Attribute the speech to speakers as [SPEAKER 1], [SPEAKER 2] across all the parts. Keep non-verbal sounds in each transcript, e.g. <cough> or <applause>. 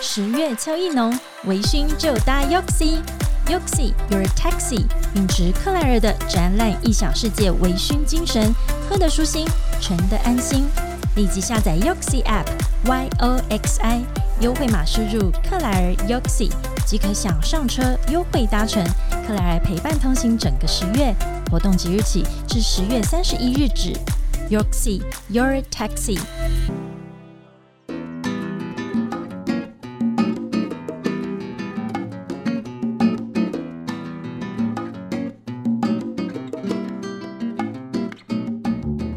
[SPEAKER 1] 十月秋意浓，微醺就搭 Yoxi。Yoxi Your Taxi 秉持克莱尔的展览异想世界微醺精神，喝得舒心，乘得安心。立即下载 Yoxi App Y O X I，优惠码输入克莱尔 Yoxi 即可享上车优惠搭乘。克莱尔陪伴通行整个十月，活动即日起至十月三十一日止。Yoxi Your Taxi。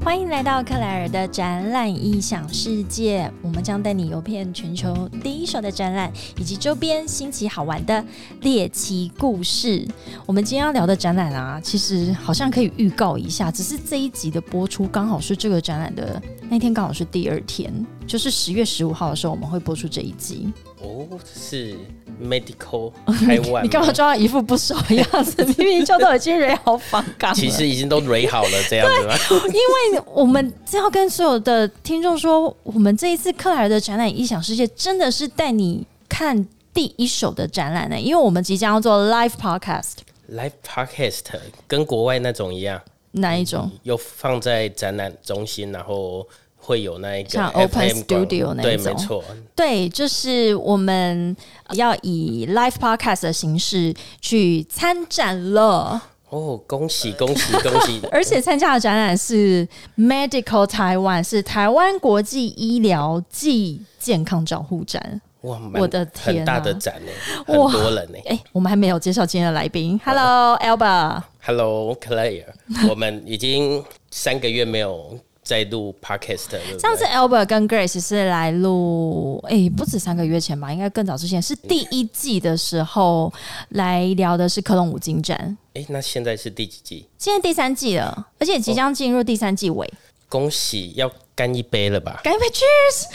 [SPEAKER 1] 欢迎来到克莱尔的展览异想世界，我们将带你游遍全球第一手的展览以及周边新奇好玩的猎奇故事。我们今天要聊的展览啊，其实好像可以预告一下，只是这一集的播出刚好是这个展览的那天，刚好是第二天，就是十月十五号的时候，我们会播出这一集。
[SPEAKER 2] 哦，是
[SPEAKER 1] <laughs>
[SPEAKER 2] medical 台湾吗。
[SPEAKER 1] 你干嘛装一副不熟的样子？明明就都已经 <laughs> 蕊好访港了。
[SPEAKER 2] 其实已经都蕊好了这样子吗？ <laughs>
[SPEAKER 1] 因为哎我们这要跟所有的听众说，我们这一次克莱尔的展览《异想世界》真的是带你看第一手的展览呢、因为我们即将要做 live podcast
[SPEAKER 2] live podcast 跟国外那种一样，
[SPEAKER 1] 那一种。
[SPEAKER 2] 又放在展览中心，然后会有那一个
[SPEAKER 1] 像 open
[SPEAKER 2] FM 广
[SPEAKER 1] studio 那一
[SPEAKER 2] 对，
[SPEAKER 1] 种
[SPEAKER 2] 没错，
[SPEAKER 1] 对，就是我们要以 live podcast 的形式去参展了，
[SPEAKER 2] 哦，恭喜恭喜恭喜！
[SPEAKER 1] 而且参加的展览是 Medical Taiwan，是台湾国际医疗暨健康照护展。
[SPEAKER 2] 哇，蛮
[SPEAKER 1] 我的天啊
[SPEAKER 2] 很大的展呢，很
[SPEAKER 1] 哇
[SPEAKER 2] 多人呢。
[SPEAKER 1] 哎、我们还没有介绍今天的来宾，Hello Alba。
[SPEAKER 2] Hello
[SPEAKER 1] <laughs>
[SPEAKER 2] Claire，我们已经三个月没有再录 podcast 了对不对
[SPEAKER 1] 上次 Albert 跟 Grace 是来录，诶，不止三个月前吧，应该更早之前，是第一季的时候来聊的是克隆五金展，
[SPEAKER 2] 哎，那现在是第几季？
[SPEAKER 1] 现在第三季了，而且即将进入第三季尾，
[SPEAKER 2] 恭喜，要干一杯了吧
[SPEAKER 1] 干杯！Cheers！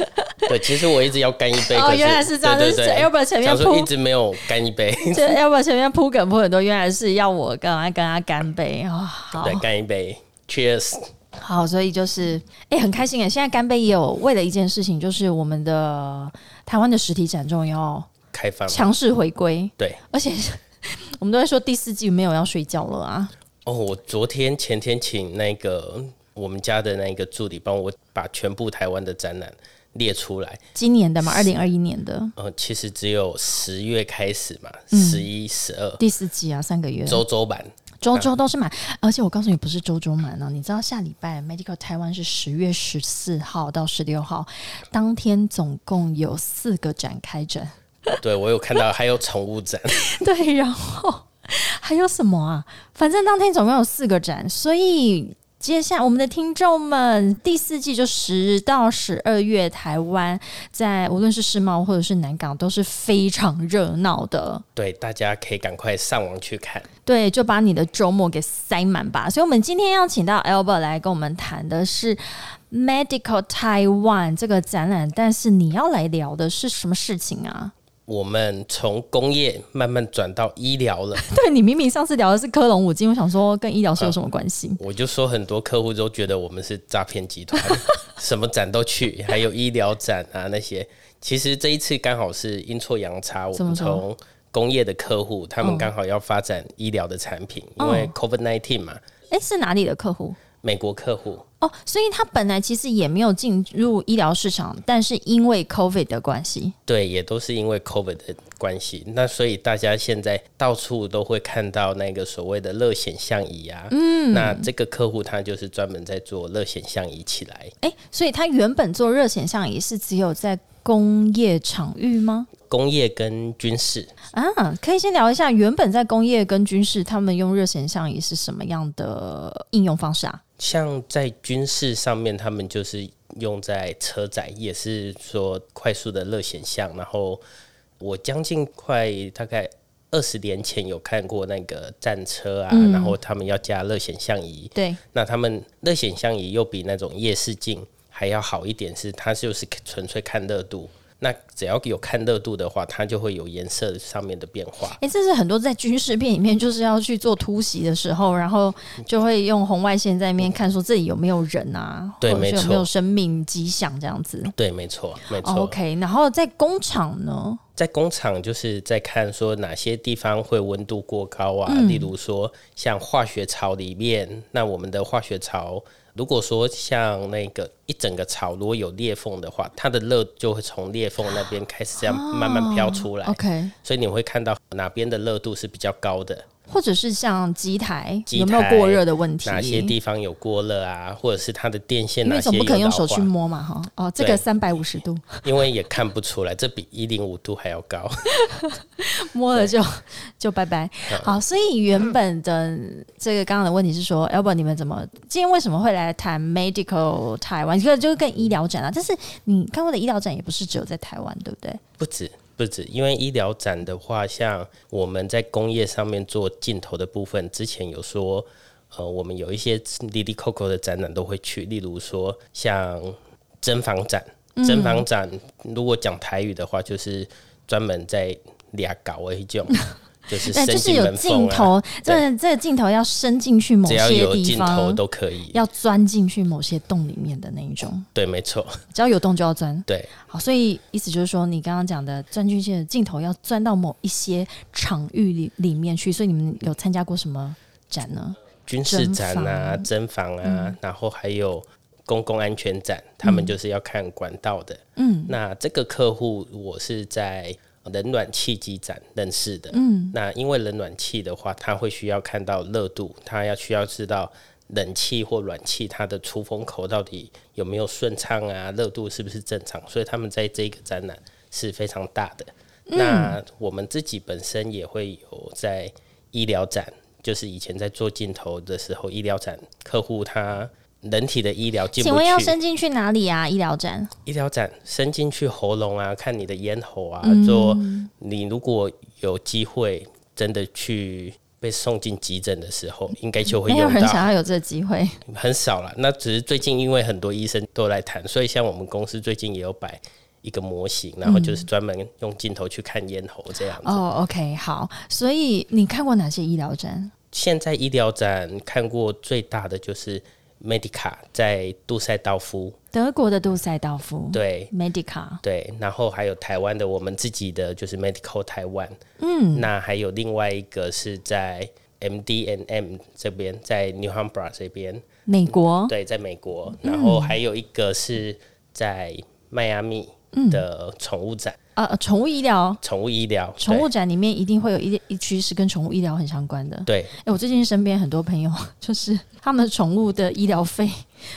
[SPEAKER 1] <laughs>
[SPEAKER 2] ？Cheers！对，其实我一直要干一杯，
[SPEAKER 1] 哦
[SPEAKER 2] 可是
[SPEAKER 1] 原来是这样
[SPEAKER 2] 对
[SPEAKER 1] 就是
[SPEAKER 2] 对对
[SPEAKER 1] Albert 前面
[SPEAKER 2] 想说
[SPEAKER 1] 铺
[SPEAKER 2] 一直没有干一杯，
[SPEAKER 1] 这 Albert 前面铺梗铺很多，原来是要我跟他跟他干杯啊、好
[SPEAKER 2] <laughs> 对，干一杯，Cheers！
[SPEAKER 1] 好，所以就是诶，很开心啊诶，现在干杯也有为了一件事情，就是我们的台湾的实体展终于要
[SPEAKER 2] 开放，
[SPEAKER 1] 强势回归，
[SPEAKER 2] 对。
[SPEAKER 1] 而且 <laughs> 我们都在说第四季没有要睡觉了啊。
[SPEAKER 2] 哦，我昨天前天请那个我们家的那个助理帮我把全部台湾的展览列出来。
[SPEAKER 1] 今年的嘛，二零二一年的
[SPEAKER 2] 呃，其实只有十月开始嘛，
[SPEAKER 1] 嗯
[SPEAKER 2] 十一、十二
[SPEAKER 1] 第四季啊，三个月，
[SPEAKER 2] 周周版，
[SPEAKER 1] 周周都是满。而且我告诉你，不是周周满哦，你知道下礼拜 Medical 台湾是十月十四号到十六号，当天总共有四个展开展，
[SPEAKER 2] 对我有看到，还有宠物展。
[SPEAKER 1] <laughs>
[SPEAKER 2] <laughs>
[SPEAKER 1] 对，然后还有什么啊？反正当天总共有四个展，所以。接下来，我们的听众们，第四季就十到十二月，台湾在无论是世贸或者是南港都是非常热闹的。
[SPEAKER 2] 对，大家可以赶快上网去看。
[SPEAKER 1] 对，就把你的周末给塞满吧。所以，我们今天要请到 Albert 来跟我们谈的是 Medical Taiwan 这个展览，但是你要来聊的是什么事情 <laughs> 啊？
[SPEAKER 2] 我们从工业慢慢转到医疗了，
[SPEAKER 1] 对你明明上次聊的是科隆五金，我想说跟医疗是有什么关系？
[SPEAKER 2] 我就说很多客户都觉得我们是诈骗集团，什么展都去，还有医疗展啊那些。其实这一次刚好是阴错阳差，我
[SPEAKER 1] 怎么
[SPEAKER 2] 们
[SPEAKER 1] 说
[SPEAKER 2] 从工业的客户，他们刚好要发展医疗的产品，
[SPEAKER 1] 嗯
[SPEAKER 2] 因为 COVID 1 9嘛，
[SPEAKER 1] 诶，哎是哪里的客户？
[SPEAKER 2] 美国客户
[SPEAKER 1] 哦，所以他本来其实也没有进入医疗市场，但是因为 COVID 的关系，
[SPEAKER 2] 对也都是因为 COVID 的关系，那所以大家现在到处都会看到那个所谓的热显像仪啊，嗯，那这个客户他就是专门在做热显像仪起来。
[SPEAKER 1] 诶，哎所以他原本做热显像仪是只有在工业场域吗？
[SPEAKER 2] 工业跟军事，
[SPEAKER 1] 啊，可以先聊一下原本在工业跟军事，他们用热显像仪是什么样的应用方式啊？
[SPEAKER 2] 像在军事上面，他们就是用在车载，也是说快速的热显像。然后我将近快大概二十年前有看过那个战车啊，
[SPEAKER 1] 嗯
[SPEAKER 2] 然后他们要加热显像仪，
[SPEAKER 1] 对，
[SPEAKER 2] 那他们热显像仪又比那种夜视镜还要好一点，是它就是纯粹看热度。那只要有看热度的话，它就会有颜色上面的变化。
[SPEAKER 1] 哎、这是很多在军事片里面，就是要去做突袭的时候，然后就会用红外线在那边看，说这里有没有人啊，
[SPEAKER 2] 对
[SPEAKER 1] 或者
[SPEAKER 2] 没
[SPEAKER 1] 是有
[SPEAKER 2] 错
[SPEAKER 1] 没有生命迹象这样子。
[SPEAKER 2] 对，没错，没错。
[SPEAKER 1] 哦 OK，然后在工厂呢，
[SPEAKER 2] 在工厂就是在看说哪些地方会温度过高啊，
[SPEAKER 1] 嗯
[SPEAKER 2] 例如说像化学槽里面，那我们的化学槽如果说像那个一整个槽如果有裂缝的话，它的热就会从裂缝那边开始这样慢
[SPEAKER 1] 哦
[SPEAKER 2] 慢飘出来，
[SPEAKER 1] OK，
[SPEAKER 2] 所以你会看到哪边的热度是比较高的，
[SPEAKER 1] 或者是像机台
[SPEAKER 2] 机
[SPEAKER 1] 有没有
[SPEAKER 2] 台
[SPEAKER 1] 过热的问题？
[SPEAKER 2] 哪些地方有过热啊，或者是它的电线
[SPEAKER 1] 因
[SPEAKER 2] 哪
[SPEAKER 1] 为
[SPEAKER 2] 些
[SPEAKER 1] 总不可能
[SPEAKER 2] 有
[SPEAKER 1] 用
[SPEAKER 2] 老
[SPEAKER 1] 手去
[SPEAKER 2] 化，
[SPEAKER 1] 摸嘛，哈。哦，这个
[SPEAKER 2] 对
[SPEAKER 1] 三百五十度
[SPEAKER 2] 因为也看不出来，这比一零五度还要高。
[SPEAKER 1] 摸了就 <laughs> 就拜拜。
[SPEAKER 2] 嗯
[SPEAKER 1] 好，所以原本的这个刚刚的问题是
[SPEAKER 2] 嗯
[SPEAKER 1] 说，Albert，你们怎么今天为什么会来谈 medical 台湾？这个就是跟医疗展啊，
[SPEAKER 2] 嗯
[SPEAKER 1] 但是你看过的医疗展也不是只有在台湾，对不对？
[SPEAKER 2] 不止不止，因为医疗展的话，像我们在工业上面做镜头的部分，之前有说，呃，我们有一些滴滴 Coco 的展览都会去，例如说像针房展，针房展、如果讲台语的话，就是专门在俩搞而已，
[SPEAKER 1] <laughs>
[SPEAKER 2] 就就是
[SPEAKER 1] 对，
[SPEAKER 2] 伸
[SPEAKER 1] 就是
[SPEAKER 2] 进
[SPEAKER 1] 有
[SPEAKER 2] 门
[SPEAKER 1] 镜
[SPEAKER 2] 缝啊，
[SPEAKER 1] 头，这这个镜头要伸进去某
[SPEAKER 2] 只要
[SPEAKER 1] 些
[SPEAKER 2] 有
[SPEAKER 1] 地
[SPEAKER 2] 镜头
[SPEAKER 1] 方，
[SPEAKER 2] 都可以，
[SPEAKER 1] 要钻进去某些洞里面的那一种，
[SPEAKER 2] 对，没错，
[SPEAKER 1] 只要有洞就要钻。
[SPEAKER 2] 对
[SPEAKER 1] 好，所以意思就是说，你刚刚讲的钻进去的镜头要钻到某一些场域里里面去，所以你们有参加过什么展呢？
[SPEAKER 2] 军事展啊、针房啊，然后还有公共安全展，他们就是要看管道的。嗯，那这个客户我是在冷暖气机展认识的。嗯，那因为冷暖气的话，它会需要看到热度，它要需要知道。冷气或暖气，它的出风口到底有没有顺畅啊？热度是不是正常？所以他们在这个展览是非常大的。
[SPEAKER 1] 嗯
[SPEAKER 2] 那我们自己本身也会有在医疗展，就是以前在做镜头的时候，医疗展客户他人体的医疗进
[SPEAKER 1] 请
[SPEAKER 2] 不
[SPEAKER 1] 问要
[SPEAKER 2] 去，
[SPEAKER 1] 伸进去哪里啊？医疗展
[SPEAKER 2] 医疗展伸进去喉咙啊，看你的咽喉啊，
[SPEAKER 1] 嗯
[SPEAKER 2] 做你如果有机会真的去被送进急诊的时候，应该就会
[SPEAKER 1] 没有
[SPEAKER 2] 用
[SPEAKER 1] 人
[SPEAKER 2] 到。
[SPEAKER 1] 想要有这个机
[SPEAKER 2] <laughs>
[SPEAKER 1] 会，
[SPEAKER 2] 很少了。那只是最近因为很多医生都来谈，所以像我们公司最近也有摆一个模型，然后就是专门用镜头去看咽喉这样子。
[SPEAKER 1] 哦。OK，好，所以你看过哪些医疗展？
[SPEAKER 2] 现在医疗展看过最大的就是 Medica 在杜塞道夫，
[SPEAKER 1] 德国的杜塞道夫，
[SPEAKER 2] 对。
[SPEAKER 1] ，Medica，
[SPEAKER 2] 对，然后还有台湾的我们自己的就是 Medical 台湾，嗯，那还有另外一个是在 MDNM 这边，在 New Hampshire 这边，
[SPEAKER 1] 美国，
[SPEAKER 2] 对，在美国，
[SPEAKER 1] 嗯
[SPEAKER 2] 然后还有一个是在迈阿密
[SPEAKER 1] 嗯
[SPEAKER 2] 的宠物展，
[SPEAKER 1] 呃，呃宠物医疗，
[SPEAKER 2] 宠、物医疗，
[SPEAKER 1] 宠物展里面一定会有一一区是跟宠物医疗很相关的。
[SPEAKER 2] 对
[SPEAKER 1] 哎、我最近身边很多朋友， <laughs> 就是他们宠物的医疗费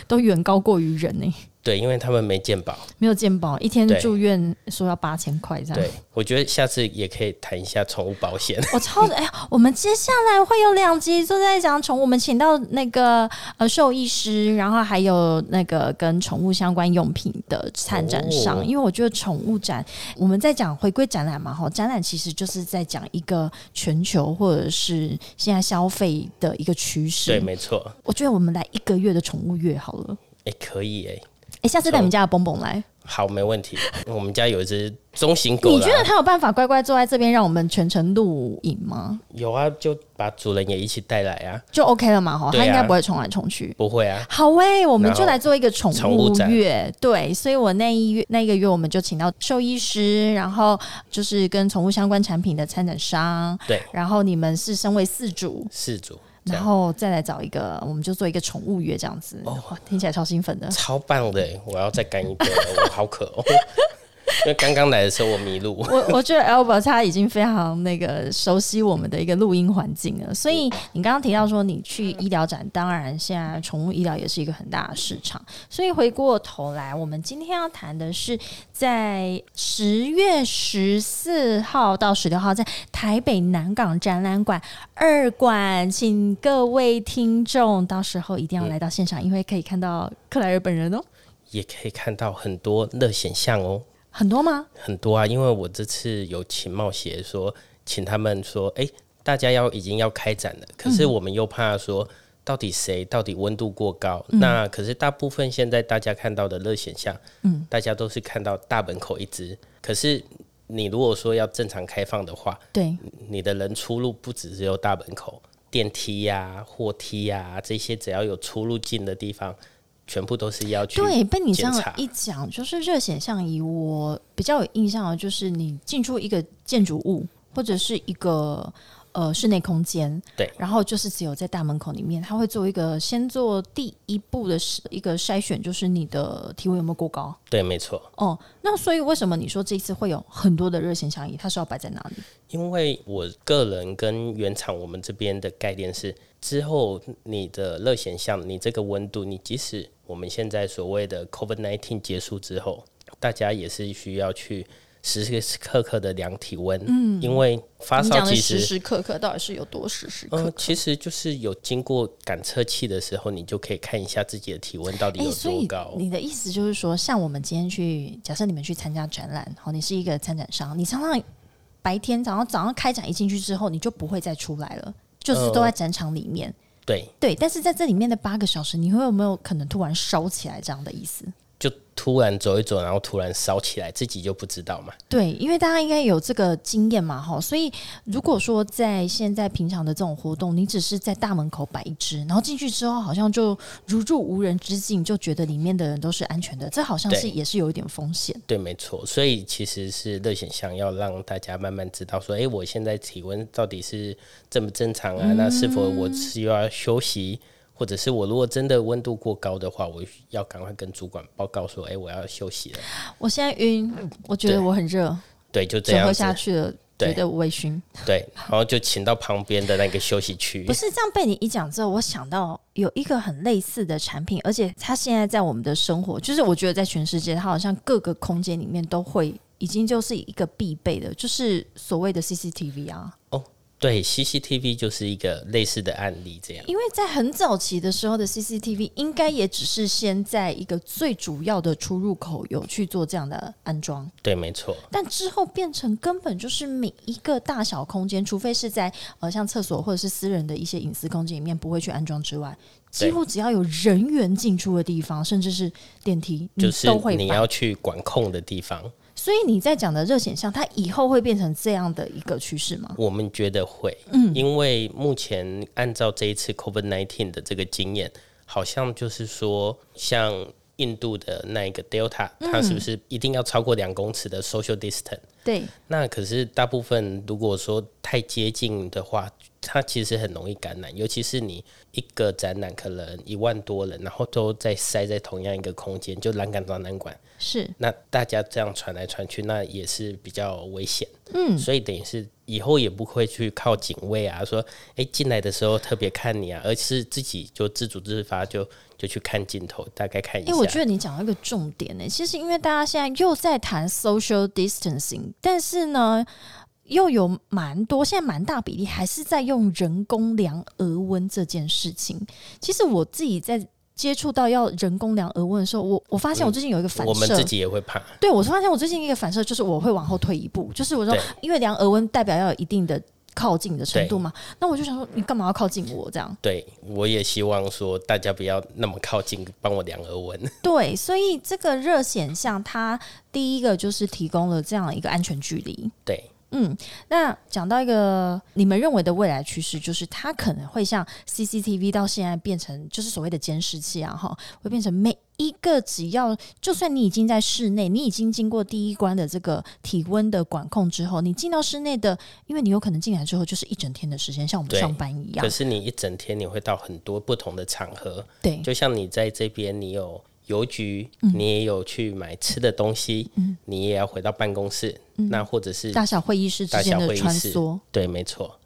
[SPEAKER 1] 都远高过于人呢、
[SPEAKER 2] 对对，因为他们没健保，
[SPEAKER 1] 没有健保，一天
[SPEAKER 2] 对
[SPEAKER 1] 住院说要八千块这样。
[SPEAKER 2] 对我觉得下次也可以谈一下宠物
[SPEAKER 1] <laughs>
[SPEAKER 2] 保险，
[SPEAKER 1] 我超哎、呀，我们接下来会有两集都在讲宠物，我们请到那个呃兽医师，然后还有那个跟宠物相关用品的参展商，
[SPEAKER 2] 哦
[SPEAKER 1] 因为我觉得宠物展我们在讲回归展览嘛，哈，展览其实就是在讲一个全球或者是现在消费的一个趋
[SPEAKER 2] 对，
[SPEAKER 1] 势。
[SPEAKER 2] 没错，
[SPEAKER 1] 我觉得我们来一个月的宠物月好了，
[SPEAKER 2] 哎、可以哎、
[SPEAKER 1] 哎、下次带你们家的蹦蹦来，
[SPEAKER 2] 好，没问题。我们家有一只中型狗
[SPEAKER 1] 你觉得
[SPEAKER 2] 啦，
[SPEAKER 1] 他有办法乖乖坐在这边让我们全程录影吗？
[SPEAKER 2] 有啊，就把主人也一起带来啊，
[SPEAKER 1] 就 OK 了嘛，哈，
[SPEAKER 2] 对啊
[SPEAKER 1] 他应该不会冲来冲去。
[SPEAKER 2] 不会啊，
[SPEAKER 1] 好诶、我们
[SPEAKER 2] 然后
[SPEAKER 1] 就来做一个宠
[SPEAKER 2] 宠物展
[SPEAKER 1] 月，对，所以我那一月那一个月，我们就请到兽医师，然后就是跟宠物相关产品的参展商，
[SPEAKER 2] 对，
[SPEAKER 1] 然后你们是身为饲主，
[SPEAKER 2] 事主这
[SPEAKER 1] 然
[SPEAKER 2] 样哦
[SPEAKER 1] 后再来找一个，我们就做一个宠物月这样子，哇，听起来超兴奋的。
[SPEAKER 2] 超棒的、欸，我要再干一杯了，
[SPEAKER 1] <laughs>
[SPEAKER 2] 我好渴哦。因为刚刚来的时候我迷路，
[SPEAKER 1] 我我觉得 Albert 他已经非常那个熟悉我们的一个录音环境了，所以你刚刚提到说你去医疗展，当然现在宠物医疗也是一个很大的市场，所以回过头来，我们今天要谈的是在十月十四号到十六号在台北南港展览馆二馆，请各位听众到时候一定要来到现场，因为可以看到克莱尔本人哦，
[SPEAKER 2] 也可以看到很多热显像哦。
[SPEAKER 1] 很多吗？
[SPEAKER 2] 很多啊，因为我这次有请冒险说，请他们说，哎、大家要已经要开展了，可是我们又怕说到底谁到底温度过高？那可是大部分现在大家看到的热显像，嗯，大家都是看到大门口一只。可是你如果说要正常开放的话，
[SPEAKER 1] 对，
[SPEAKER 2] 你的人出入不只只有大门口、电梯呀、货梯呀、这些，只要有出入境的地方，全部都是要去。
[SPEAKER 1] 对，被你这样
[SPEAKER 2] 检查
[SPEAKER 1] 一讲，就是热显像仪，我比较有印象的就是你进出一个建筑物或者是一个呃室内空间，
[SPEAKER 2] 对
[SPEAKER 1] 然后就是只有在大门口里面，它会做一个先做第一步的是一个筛选，就是你的体温有没有过高
[SPEAKER 2] 对，没错。
[SPEAKER 1] 哦。那所以为什么你说这次会有很多的热显像仪，它是要摆在哪里？
[SPEAKER 2] 因为我个人跟原厂我们这边的概念是，之后你的热显像，你这个温度，你即使我们现在所谓的 COVID-19 结束之后，大家也是需要去时时刻刻的量体温，嗯，因为发
[SPEAKER 1] 你讲
[SPEAKER 2] 烧
[SPEAKER 1] 的
[SPEAKER 2] 其
[SPEAKER 1] 时
[SPEAKER 2] 实。
[SPEAKER 1] 时刻刻到底是有多时时刻
[SPEAKER 2] 嗯，
[SPEAKER 1] 刻？
[SPEAKER 2] 其实就是有经过感测器的时候，你就可以看一下自己的体温到底
[SPEAKER 1] 哎、
[SPEAKER 2] 有
[SPEAKER 1] 所
[SPEAKER 2] 多
[SPEAKER 1] 以
[SPEAKER 2] 高。
[SPEAKER 1] 你的意思就是说，像我们今天去，假设你们去参加展览，好，你是一个参展商，你常常白天早上早上开展一进去之后，你就不会再出来了，就是都
[SPEAKER 2] 呃
[SPEAKER 1] 在展场里面。
[SPEAKER 2] 对，
[SPEAKER 1] 对，但是在这里面的八个小时，你会有没有可能突然烧起来这样的意思？
[SPEAKER 2] 就突然走一走，然后突然烧起来，自己就不知道嘛。
[SPEAKER 1] 对，因为大家应该有这个经验嘛，哈，所以如果说在现在平常的这种活动，你只是在大门口摆一只，然后进去之后好像就如入无人之境，就觉得里面的人都是安全的，这好像是
[SPEAKER 2] 对
[SPEAKER 1] 也是有一点风险。
[SPEAKER 2] 对，没错，所以其实是热显像要让大家慢慢知道说，诶，我现在体温到底是正不正常啊？那是否我
[SPEAKER 1] 嗯
[SPEAKER 2] 需要休息，或者是我如果真的温度过高的话，我要赶快跟主管报告说，诶，我要休息了。
[SPEAKER 1] 我现在晕，我觉得
[SPEAKER 2] 对
[SPEAKER 1] 我很热，
[SPEAKER 2] 对，啊就这
[SPEAKER 1] 酒
[SPEAKER 2] 样
[SPEAKER 1] 喝
[SPEAKER 2] 子
[SPEAKER 1] 下。去了，
[SPEAKER 2] 对
[SPEAKER 1] 觉得微醺。
[SPEAKER 2] 对，然后就请到旁边的那个休息区
[SPEAKER 1] 不。是这样被你一讲之后，我想到有一个很类似的产品，而且它现在在我们的生活，就是我觉得在全世界，它好像各个空间里面都会。已经就是一个必备的，就是所谓的 CCTV 啊，
[SPEAKER 2] 对，CCTV 就是一个类似的案例，这样。
[SPEAKER 1] 因为在很早期的时候的 CCTV 应该也只是先在一个最主要的出入口有去做这样的安装，
[SPEAKER 2] 对，没错。
[SPEAKER 1] 但之后变成根本就是每一个大小空间，除非是在呃像厕所或者是私人的一些隐私空间里面不会去安装之外，
[SPEAKER 2] 对
[SPEAKER 1] 几乎只要有人员进出的地方，甚至是电梯，你
[SPEAKER 2] 就是
[SPEAKER 1] 都会
[SPEAKER 2] 你
[SPEAKER 1] 摆。
[SPEAKER 2] 要去管控的地方，
[SPEAKER 1] 所以你在讲的热显像，它以后会变成这样的一个趋势吗？
[SPEAKER 2] 我们觉得会，嗯，因为目前按照这一次 COVID 1 9的这个经验，好像就是说，像印度的那一个 Delta，、它是不是一定要超过两公尺的 social distance？
[SPEAKER 1] 对，
[SPEAKER 2] 那可是大部分如果说太接近的话，它其实很容易感染，尤其是你一个展览可能一万多人，然后都在塞在同样一个空间，就栏杆抓栏杆，
[SPEAKER 1] 是
[SPEAKER 2] 那大家这样传来传去，那也是比较危险。嗯，所以等于是以后也不会去靠警卫啊，说哎进、来的时候特别看你啊，而是自己就自主自发就就去看镜头，大概看一
[SPEAKER 1] 哎、
[SPEAKER 2] 下。
[SPEAKER 1] 我觉得你讲到一个重点呢、欸其实因为大家现在又在谈 social distancing，但是呢，又有蛮多现在蛮大比例还是在用人工量额温这件事情。其实我自己在接触到要人工量额温的时候，我我发现我最近有一个反
[SPEAKER 2] 嗯我们
[SPEAKER 1] 射，
[SPEAKER 2] 自己也会怕，
[SPEAKER 1] 对我发现我最近一个反射就是我会往后退一步，就是我说
[SPEAKER 2] 对
[SPEAKER 1] 因为量额温代表要有一定的靠近的程度嘛，那我就想说你干嘛要靠近我这样？
[SPEAKER 2] 对我也希望说大家不要那么靠近，帮我量额温。 <laughs>
[SPEAKER 1] 对，所以这个热显像，它第一个就是提供了这样一个安全距离。
[SPEAKER 2] 对，
[SPEAKER 1] 嗯，那讲到一个你们认为的未来趋势，就是它可能会像 CCTV 到现在变成就是所谓的监视器啊，哈，会变成每一个只要就算你已经在室内，你已经经过第一关的这个体温的管控之后，你进到室内的，因为你有可能进来之后就是一整天的时间，像我们
[SPEAKER 2] 对
[SPEAKER 1] 上班一样
[SPEAKER 2] 可，是你一整天你会到很多不同的场合，
[SPEAKER 1] 对，
[SPEAKER 2] 就像你在这边，你有邮局，
[SPEAKER 1] 嗯
[SPEAKER 2] 你也有去买吃的东西，你也要回到办公室，
[SPEAKER 1] 嗯
[SPEAKER 2] 那或者是
[SPEAKER 1] 大小会议室之
[SPEAKER 2] 大
[SPEAKER 1] 间
[SPEAKER 2] 小
[SPEAKER 1] 的
[SPEAKER 2] 会议
[SPEAKER 1] 穿
[SPEAKER 2] 室
[SPEAKER 1] 梭。
[SPEAKER 2] 对，没错，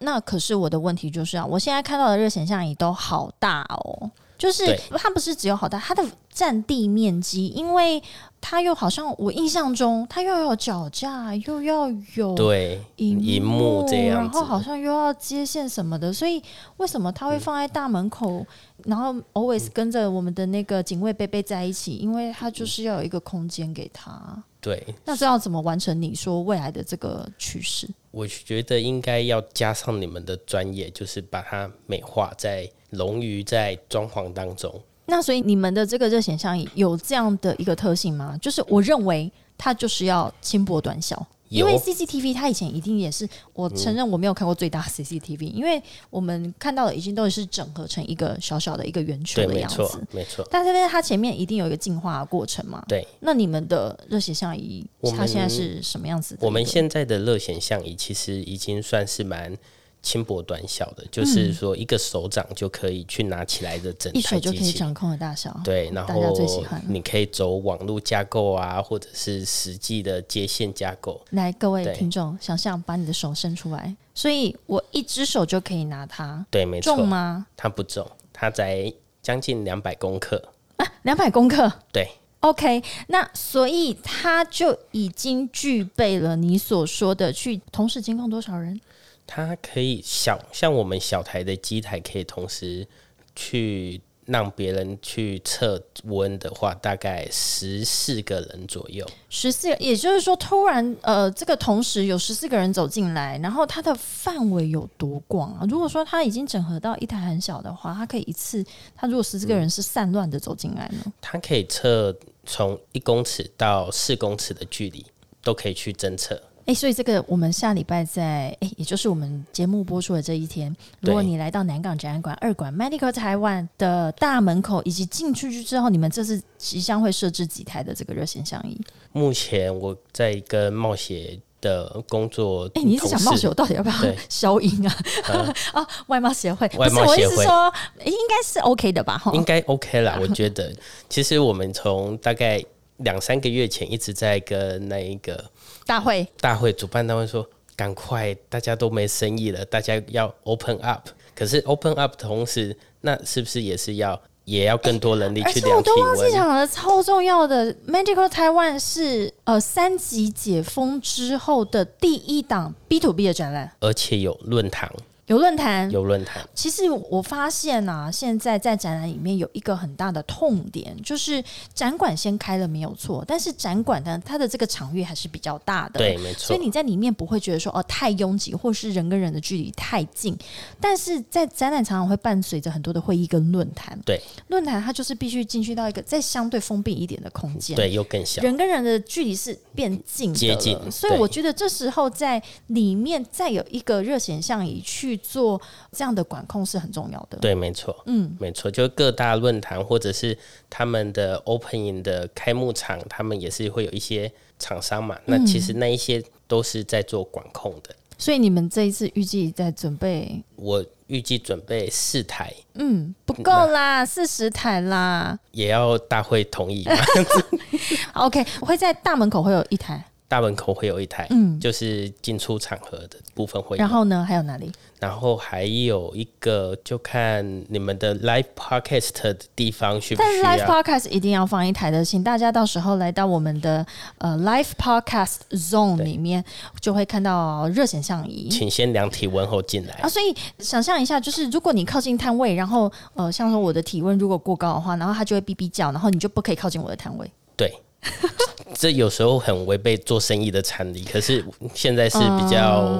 [SPEAKER 1] 那可是我的问题就是啊，我现在看到的热显像仪都好大哦，就是
[SPEAKER 2] 对
[SPEAKER 1] 它不是只有好大，它的占地面积，因为它又好像我印象中，它又有脚架，又要有
[SPEAKER 2] 对，
[SPEAKER 1] 荧
[SPEAKER 2] 荧幕这样
[SPEAKER 1] 然后
[SPEAKER 2] 子
[SPEAKER 1] 好像又要接线什么的，所以为什么它会放在大门口，然后 always 跟着我们的那个警卫贝贝在一起？因为它就是要有一个空间给他。
[SPEAKER 2] 对，
[SPEAKER 1] 那这要怎么完成你说未来的这个趋势？
[SPEAKER 2] 我觉得应该要加上你们的专业，就是把它美化在融于在装潢当中。
[SPEAKER 1] 那所以你们的这个热显像有这样的一个特性吗？就是我认为它就是要轻薄短小。因为
[SPEAKER 2] 有
[SPEAKER 1] CCTV 它以前一定也是，我承认我没有看过最大 CCTV，、因为我们看到的已经都是整合成一个小小的一个圆球
[SPEAKER 2] 对，
[SPEAKER 1] 的
[SPEAKER 2] 没
[SPEAKER 1] 样
[SPEAKER 2] 错
[SPEAKER 1] 子。，
[SPEAKER 2] 没错。
[SPEAKER 1] 但是呢，它前面一定有一个进化的过程嘛。
[SPEAKER 2] 对，
[SPEAKER 1] 那你们的热显像仪
[SPEAKER 2] 我们
[SPEAKER 1] 它现在是什么样子的一个？
[SPEAKER 2] 我们现在的热显像仪其实已经算是蛮轻薄短小的，就是说一个手掌就可以去拿起来的整
[SPEAKER 1] 嗯一
[SPEAKER 2] 台
[SPEAKER 1] 锤就
[SPEAKER 2] 机
[SPEAKER 1] 可以
[SPEAKER 2] 器。
[SPEAKER 1] 掌控的大小，
[SPEAKER 2] 对，然
[SPEAKER 1] 大家最喜
[SPEAKER 2] 后
[SPEAKER 1] 欢了。
[SPEAKER 2] 你可以走网络架构啊，或者是实际的接线架构。
[SPEAKER 1] 来，各位
[SPEAKER 2] 对
[SPEAKER 1] 听众，想象把你的手伸出来，所以我一只手就可以拿它，
[SPEAKER 2] 对，没错
[SPEAKER 1] 重，吗？
[SPEAKER 2] 它不重，它才将近两百公克。
[SPEAKER 1] 啊两百公克。
[SPEAKER 2] 对，
[SPEAKER 1] OK，那所以它就已经具备了你所说的去同时监控多少人？
[SPEAKER 2] 它可以小像我们小台的机台，可以同时去让别人去测温的话，大概十四个人左右。
[SPEAKER 1] 十四，也就是说，突然呃，这个同时有十四个人走进来，然后它的范围有多广啊？如果说它已经整合到一台很小的话，它可以一次，它如果十四个人是散乱的走进来呢？
[SPEAKER 2] 它可以测从一公尺到四公尺的距离，都可以去侦测。
[SPEAKER 1] 哎、所以这个我们下礼拜在哎、也就是我们节目播出的这一天，如果
[SPEAKER 2] 对
[SPEAKER 1] 你来到南港展览馆二馆 Medical 台湾的大门口，以及进去去之后，你们这次即将会设置几台的这个热显像仪？
[SPEAKER 2] 目前我在跟冒险的工作
[SPEAKER 1] 哎、
[SPEAKER 2] 嗯同事，
[SPEAKER 1] 你一直讲冒险，我到底要不要 <laughs>
[SPEAKER 2] 对呃
[SPEAKER 1] 消音啊？ <laughs> 哦，外貌协会，
[SPEAKER 2] 外
[SPEAKER 1] 不是
[SPEAKER 2] 貌
[SPEAKER 1] 我意
[SPEAKER 2] 协
[SPEAKER 1] 思
[SPEAKER 2] 会
[SPEAKER 1] 说，诶应该是 OK 的吧？哈，
[SPEAKER 2] 应该 OK
[SPEAKER 1] <laughs>
[SPEAKER 2] 啦。我觉得，其实我们从大概两三个月前一直在跟那一个
[SPEAKER 1] 大会
[SPEAKER 2] 大会主办单位说，赶快，大家都没生意了，大家要 open up。可是 open up 同时，那是不是也是要也要更多人力
[SPEAKER 1] 而
[SPEAKER 2] 去
[SPEAKER 1] 且我
[SPEAKER 2] 量体
[SPEAKER 1] 都忘记
[SPEAKER 2] 温？
[SPEAKER 1] 讲了，超重要的 Medical Taiwan 是呃三级解封之后的第一档 B to B 的展览，
[SPEAKER 2] 而且有论坛，
[SPEAKER 1] 有论坛，
[SPEAKER 2] 有论坛，
[SPEAKER 1] 其实我发现啊，现在在展览里面有一个很大的痛点，就是展馆先开了没有错，但是展馆呢，它的这个场域还是比较大的。
[SPEAKER 2] 对，没
[SPEAKER 1] 所
[SPEAKER 2] 错
[SPEAKER 1] 以，你在里面不会觉得说哦太拥挤，或是人跟人的距离太近，但是在展览常常会伴随着很多的会议跟论坛。
[SPEAKER 2] 对，
[SPEAKER 1] 论坛它就是必须进去到一个再相对封闭一点的空间。
[SPEAKER 2] 对，又更小。
[SPEAKER 1] 人跟人的距离是变近的
[SPEAKER 2] 接
[SPEAKER 1] 了
[SPEAKER 2] 近
[SPEAKER 1] 所以我
[SPEAKER 2] 对
[SPEAKER 1] 觉得这时候在里面再有一个热显像仪去做这样的管控是很重要的。
[SPEAKER 2] 对，没错，
[SPEAKER 1] 嗯，
[SPEAKER 2] 没错，就各大论坛或者是他们的 opening 的开幕场，他们也是会有一些厂商嘛。那其
[SPEAKER 1] 嗯
[SPEAKER 2] 实那一些都是在做管控的。
[SPEAKER 1] 所以你们这一次预计在准备，
[SPEAKER 2] 我预计准备四台，
[SPEAKER 1] 嗯，不够啦，四十台啦。
[SPEAKER 2] 也要大会同意嘛。 <laughs>
[SPEAKER 1] OK，我会在大门口会有一台，
[SPEAKER 2] 大门口会有一台，
[SPEAKER 1] 嗯
[SPEAKER 2] 就是进出场合的部分会有，
[SPEAKER 1] 然
[SPEAKER 2] 然后
[SPEAKER 1] 后呢还有哪里？
[SPEAKER 2] 还有一个就看你们的 live podcast 的地方需不
[SPEAKER 1] 但
[SPEAKER 2] 需
[SPEAKER 1] 是 Live
[SPEAKER 2] 要。
[SPEAKER 1] Podcast 一定要放一台的，请大家到时候来到我们的呃 Live Podcast Zone 里面，就会看到热显像仪。
[SPEAKER 2] 请先量体温后进来
[SPEAKER 1] 啊，，所以想象一下，就是如果你靠近摊位，然后呃，像说我的体温如果过高的话，然后它就会哔哔叫，然后你就不可以靠近我的摊位。
[SPEAKER 2] 对， <laughs> 这有时候很违背做生意的常理。可是现在是比较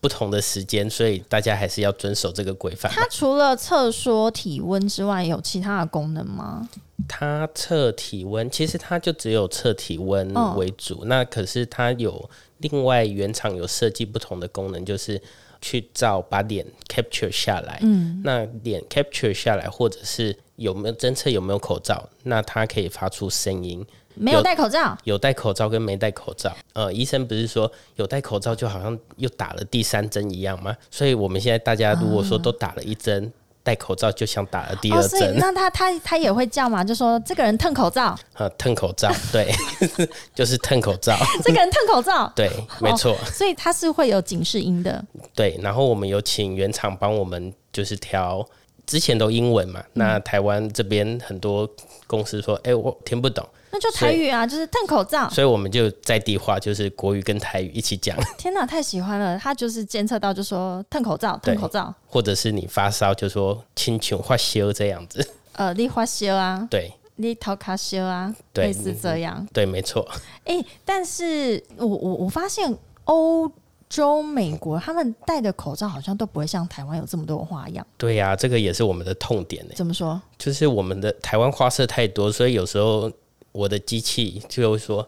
[SPEAKER 2] 不同的时间，所以大家还是要遵守这个规范嘛。
[SPEAKER 1] 它除了测说体温之外，有其他的功能吗？
[SPEAKER 2] 它测体温，其实它就只有测体温
[SPEAKER 1] 嗯
[SPEAKER 2] 为主。那可是它有另外原厂有设计不同的功能，就是去照把脸 capture 下来。嗯，那脸 capture 下来，或者是有没有侦测有没有口罩，那它可以发出声音。
[SPEAKER 1] 没有戴口罩，
[SPEAKER 2] 有戴口罩跟没戴口罩，呃，医生不是说有戴口罩就好像又打了第三针一样吗？所以我们现在大家如果说都打了一针，戴口罩就像打了第
[SPEAKER 1] 哦，
[SPEAKER 2] 二
[SPEAKER 1] 所以
[SPEAKER 2] 针。
[SPEAKER 1] 那它它它也会叫嘛，就说这个人蹭口 <laughs> 罩，
[SPEAKER 2] 呃，吞口罩，对， <laughs> 就是吞口罩，
[SPEAKER 1] 这个人蹭口罩，
[SPEAKER 2] 对，没错，
[SPEAKER 1] 所以它是会有警示音的。
[SPEAKER 2] 对。然后我们有请原厂帮我们就是调，之前都英文嘛，
[SPEAKER 1] 嗯
[SPEAKER 2] 那台湾这边很多公司说，哎、我听不懂，
[SPEAKER 1] 那就台语啊，就是蹭口罩。
[SPEAKER 2] 所以我们就在地化，就是国语跟台语一起讲，
[SPEAKER 1] 天哪，太喜欢了！它就是监测到，就说蹭口罩，蹭
[SPEAKER 2] 对
[SPEAKER 1] 口罩，
[SPEAKER 2] 或者是你发烧就说亲穷化修这样子，
[SPEAKER 1] 呃，你花修啊，
[SPEAKER 2] 对
[SPEAKER 1] 你头卡修啊，
[SPEAKER 2] 对嗯
[SPEAKER 1] 类似这样。
[SPEAKER 2] 对，没错，
[SPEAKER 1] 诶，但是我我我发现欧洲、美国，他们戴的口罩好像都不会像台湾有这么多花样。
[SPEAKER 2] <laughs> 对呀、这个也是我们的痛点呢，
[SPEAKER 1] 怎么说？
[SPEAKER 2] 就是我们的台湾花色太多，所以有时候我的机器就会说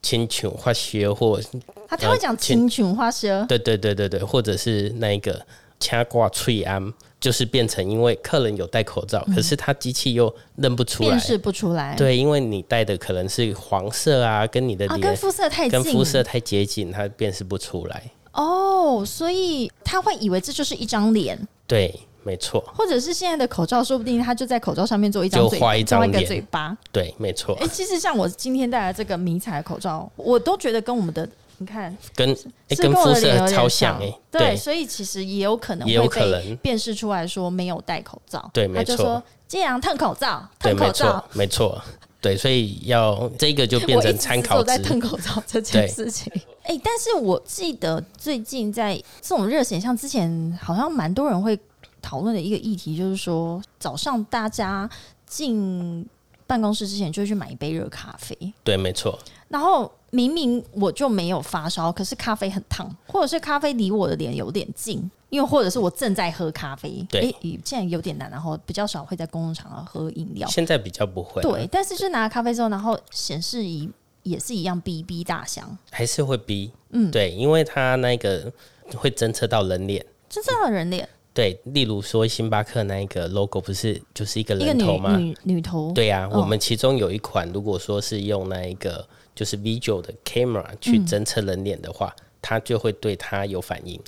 [SPEAKER 2] 清琼花靴或
[SPEAKER 1] 他他会讲青群花啊蛇，
[SPEAKER 2] 呃对对对对对，或者是那一个掐挂翠安，就是变成因为客人有戴口罩，可是他机器又认不出
[SPEAKER 1] 嗯
[SPEAKER 2] 来
[SPEAKER 1] 辨，识不出来。
[SPEAKER 2] 对，因为你戴的可能是黄色啊，跟你的
[SPEAKER 1] 啊，
[SPEAKER 2] 脸
[SPEAKER 1] 跟、肤色太近
[SPEAKER 2] 跟，肤色太接近，它辨识不出来。
[SPEAKER 1] 哦，所以他会以为这就是一张脸，
[SPEAKER 2] 对，没错，
[SPEAKER 1] 或者是现在的口罩，说不定他就在口罩上面做一张
[SPEAKER 2] 就
[SPEAKER 1] 嘴，
[SPEAKER 2] 画一张
[SPEAKER 1] 画一个
[SPEAKER 2] 脸
[SPEAKER 1] 嘴巴。
[SPEAKER 2] 对，没错
[SPEAKER 1] 哎、，其实像我今天戴的这个迷彩口罩，我都觉得跟我们的你看
[SPEAKER 2] 跟、诶
[SPEAKER 1] 是跟
[SPEAKER 2] 跟
[SPEAKER 1] 我
[SPEAKER 2] 肤
[SPEAKER 1] 的脸有
[SPEAKER 2] 色
[SPEAKER 1] 点
[SPEAKER 2] 超像哎、
[SPEAKER 1] 对，所以其实也有可能
[SPEAKER 2] 也有
[SPEAKER 1] 会
[SPEAKER 2] 可
[SPEAKER 1] 被
[SPEAKER 2] 能
[SPEAKER 1] 辨识出来说没有戴口罩，
[SPEAKER 2] 对
[SPEAKER 1] 他
[SPEAKER 2] 没
[SPEAKER 1] 就
[SPEAKER 2] 错
[SPEAKER 1] 说这样烫口罩，
[SPEAKER 2] 对，
[SPEAKER 1] 烫
[SPEAKER 2] 没
[SPEAKER 1] 口罩
[SPEAKER 2] 错。，没错，对，所以要这个就变
[SPEAKER 1] 我一
[SPEAKER 2] 成
[SPEAKER 1] 直
[SPEAKER 2] 参
[SPEAKER 1] 只
[SPEAKER 2] 考
[SPEAKER 1] 有在
[SPEAKER 2] 值。
[SPEAKER 1] 烫口罩
[SPEAKER 2] <laughs>
[SPEAKER 1] 这件事情，哎、但是我记得最近在这种热显像之前，好像蛮多人会讨论的一个议题，就是说早上大家进办公室之前就会去买一杯热咖啡，
[SPEAKER 2] 对，没错，
[SPEAKER 1] 然后明明我就没有发烧，可是咖啡很烫，或者是咖啡离我的脸有点近，因为或者是我正在喝咖啡，
[SPEAKER 2] 对
[SPEAKER 1] 诶现在有点难，然后比较少会在公共场合喝饮料，
[SPEAKER 2] 现在比较不会，
[SPEAKER 1] 对，，但是就拿了咖啡之后，然后显示仪也是一样哔哔大响，
[SPEAKER 2] 还是会逼，嗯，对，因为它那个会侦测到人脸。
[SPEAKER 1] 真正的人脸，
[SPEAKER 2] 对，例如说星巴克那一个 logo 不是就是一个
[SPEAKER 1] 一个
[SPEAKER 2] 人
[SPEAKER 1] 女
[SPEAKER 2] 头吗？
[SPEAKER 1] 女女头，
[SPEAKER 2] 对呀、
[SPEAKER 1] 嗯
[SPEAKER 2] 我们其中有一款，如果说是用那一个就是 visual 的 camera 去
[SPEAKER 1] 嗯
[SPEAKER 2] 侦测人脸的话，它就会对它有反
[SPEAKER 1] <laughs>
[SPEAKER 2] 应。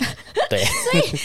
[SPEAKER 2] 对